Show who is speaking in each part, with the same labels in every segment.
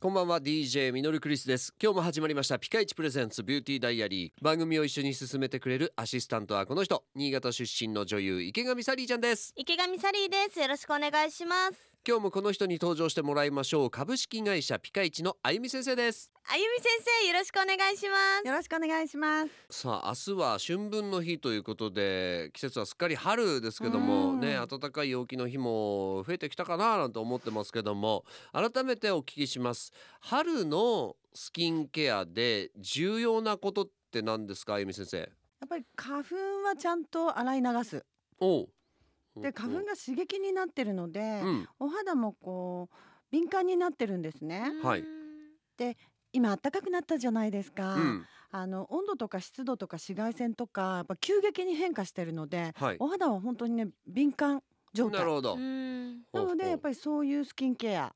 Speaker 1: こんばんは DJ みのるクリスです今日も始まりましたピカイチプレゼンツビューティーダイアリー番組を一緒に進めてくれるアシスタントはこの人新潟出身の女優池上サリーちゃんです
Speaker 2: 池上サリーですよろしくお願いします
Speaker 1: 今日もこの人に登場してもらいましょう株式会社ピカイチのあゆみ先生です
Speaker 2: あゆみ先生よろしくお願いします
Speaker 3: よろしくお願いします。
Speaker 1: さあ明日は春分の日ということで季節はすっかり春ですけども
Speaker 3: うん
Speaker 1: ね暖かい陽気の日も増えてきたかななんて思ってますけども改めてお聞きします春のスキンケアで重要なことって何ですかあゆみ先生
Speaker 3: やっぱり花粉はちゃんと洗い流す。
Speaker 1: おう
Speaker 3: で花粉が刺激になってるので、
Speaker 1: うん
Speaker 3: お肌もこう敏感になってるんですね。
Speaker 1: はいう
Speaker 2: ーん
Speaker 3: 今暖かくなったじゃないですか。
Speaker 1: うん
Speaker 3: あの温度とか湿度とか紫外線とかやっぱ急激に変化してるので、
Speaker 1: はい
Speaker 3: お肌は本当にね敏感状
Speaker 1: な
Speaker 3: 態
Speaker 1: る。ほど
Speaker 2: うーん
Speaker 3: なのでやっ
Speaker 1: り
Speaker 3: ぱりそういうスキンケア。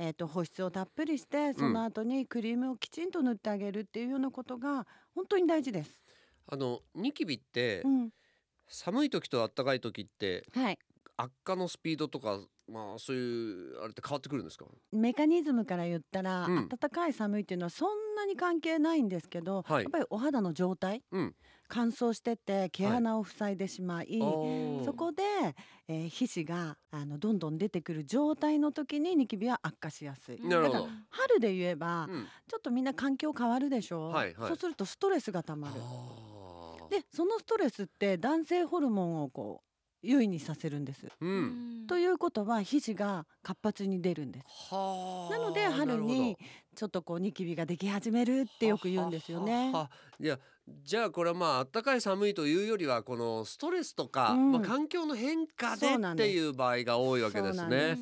Speaker 3: えー、と保湿をたっぷりしてその後にクリームをきちんと塗ってあげるっていうようなことが本当に大事です。
Speaker 1: あのニキビって
Speaker 3: うん、
Speaker 1: 寒い時と暖かい時って
Speaker 3: はい
Speaker 1: 悪化のスピードとかまあそういうあれって変わってくるんですか
Speaker 3: メカニズムから言ったら、
Speaker 1: うん
Speaker 3: 暖かい寒いっていうのはそんなに関係ないんですけど、
Speaker 1: はい
Speaker 3: やっぱりお肌の状態、
Speaker 1: うん
Speaker 3: 乾燥してて毛穴を塞いでしまい、
Speaker 1: あー
Speaker 3: そこで、えー皮脂があのどんどん出てくる状態の時にニキビは悪化しやすい。
Speaker 1: なるほど
Speaker 3: だから春で言えば、
Speaker 1: うん
Speaker 3: ちょっとみんな環境変わるでしょ、
Speaker 1: はいはい
Speaker 3: そうするとストレスがたまる。
Speaker 1: あー
Speaker 3: でそのストレスって男性ホルモンをこう優位にさせるんです。
Speaker 1: う
Speaker 2: うんん
Speaker 3: ということは皮脂が活発に出るんです。
Speaker 1: はあ
Speaker 3: なので春にちょっとこうニキビができ始めるってよく言うんですよね。
Speaker 1: ははははいやじゃあこれはまあ暖かい寒いというよりはこのストレスとか、
Speaker 3: うん
Speaker 1: まあ、環境の変化で
Speaker 3: そうな
Speaker 1: っ
Speaker 3: んです
Speaker 1: ていう場合が多いわけで
Speaker 3: そ
Speaker 1: す
Speaker 3: うなんで
Speaker 1: ね。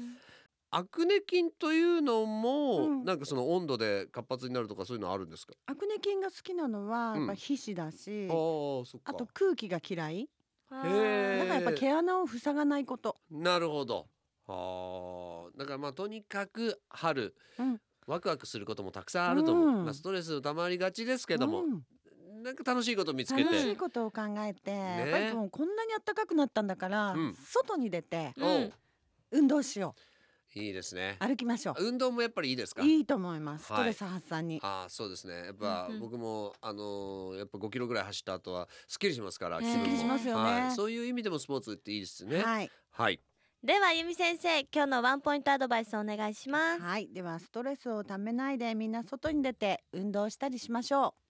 Speaker 1: アクネ菌というのも、
Speaker 3: うん
Speaker 1: なんかその温度で活発になるとかそういうのあるんですか。
Speaker 3: アクネ菌が好きなのはやっぱ皮脂だし、
Speaker 1: ああーそっか。
Speaker 3: あと空気が嫌い。
Speaker 2: あ
Speaker 1: へ
Speaker 3: だ
Speaker 1: ー
Speaker 3: からやっぱ毛穴を塞がないこと。
Speaker 1: なるほど。ああだからまあとにかく春、
Speaker 3: うん
Speaker 1: ワクワクすることもたくさんあると思う。
Speaker 3: うん
Speaker 1: まあストレスの溜まりがちですけども、
Speaker 3: うん
Speaker 1: なんか楽しいこと見つけて。
Speaker 3: 楽しいことを考えて、
Speaker 1: ね
Speaker 3: やっぱりもうこんなに暖かくなったんだから、
Speaker 1: うん
Speaker 3: 外に出て
Speaker 2: うん
Speaker 1: おう
Speaker 3: 運動しよ
Speaker 1: いいですね
Speaker 3: う。。歩きましょ
Speaker 1: 運動もやっぱりいいですか。
Speaker 3: う。いいと思います。ス
Speaker 1: はい
Speaker 3: トレス発散に。
Speaker 1: ああそうですねやっぱ
Speaker 2: うんうん
Speaker 1: 僕も、あのーやっぱ5キロぐらい走った後はすっきりしますから気
Speaker 2: ね
Speaker 1: 分も
Speaker 2: すっきりします
Speaker 3: よね
Speaker 1: はい、そういう意味でもスポーツっていいですねはい、
Speaker 3: はい。
Speaker 2: ではあゆみ先生今日のワンポイントアドバイスお願いします
Speaker 3: はい。ではストレスをためないでみんな外に出て運動したりしましょう。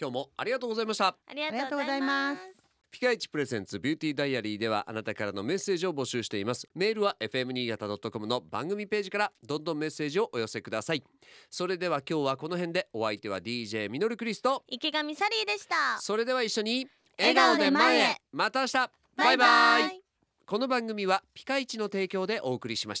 Speaker 1: 今日もありがとうございました
Speaker 2: ありがとうございま
Speaker 3: ありがとうございますす
Speaker 1: ピカイチプレゼンツビューティーダイアリーではあなたからのメッセージを募集していますメールは fm 新潟 .com の番組ページからどんどんメッセージをお寄せくださいそれでは今日はこの辺でお相手は DJ ミノルクリスト
Speaker 2: 池上サリーでした
Speaker 1: それでは一緒に
Speaker 2: 笑顔で前へ
Speaker 1: また明日バイバイこの番組はピカイチの提供でお送りしました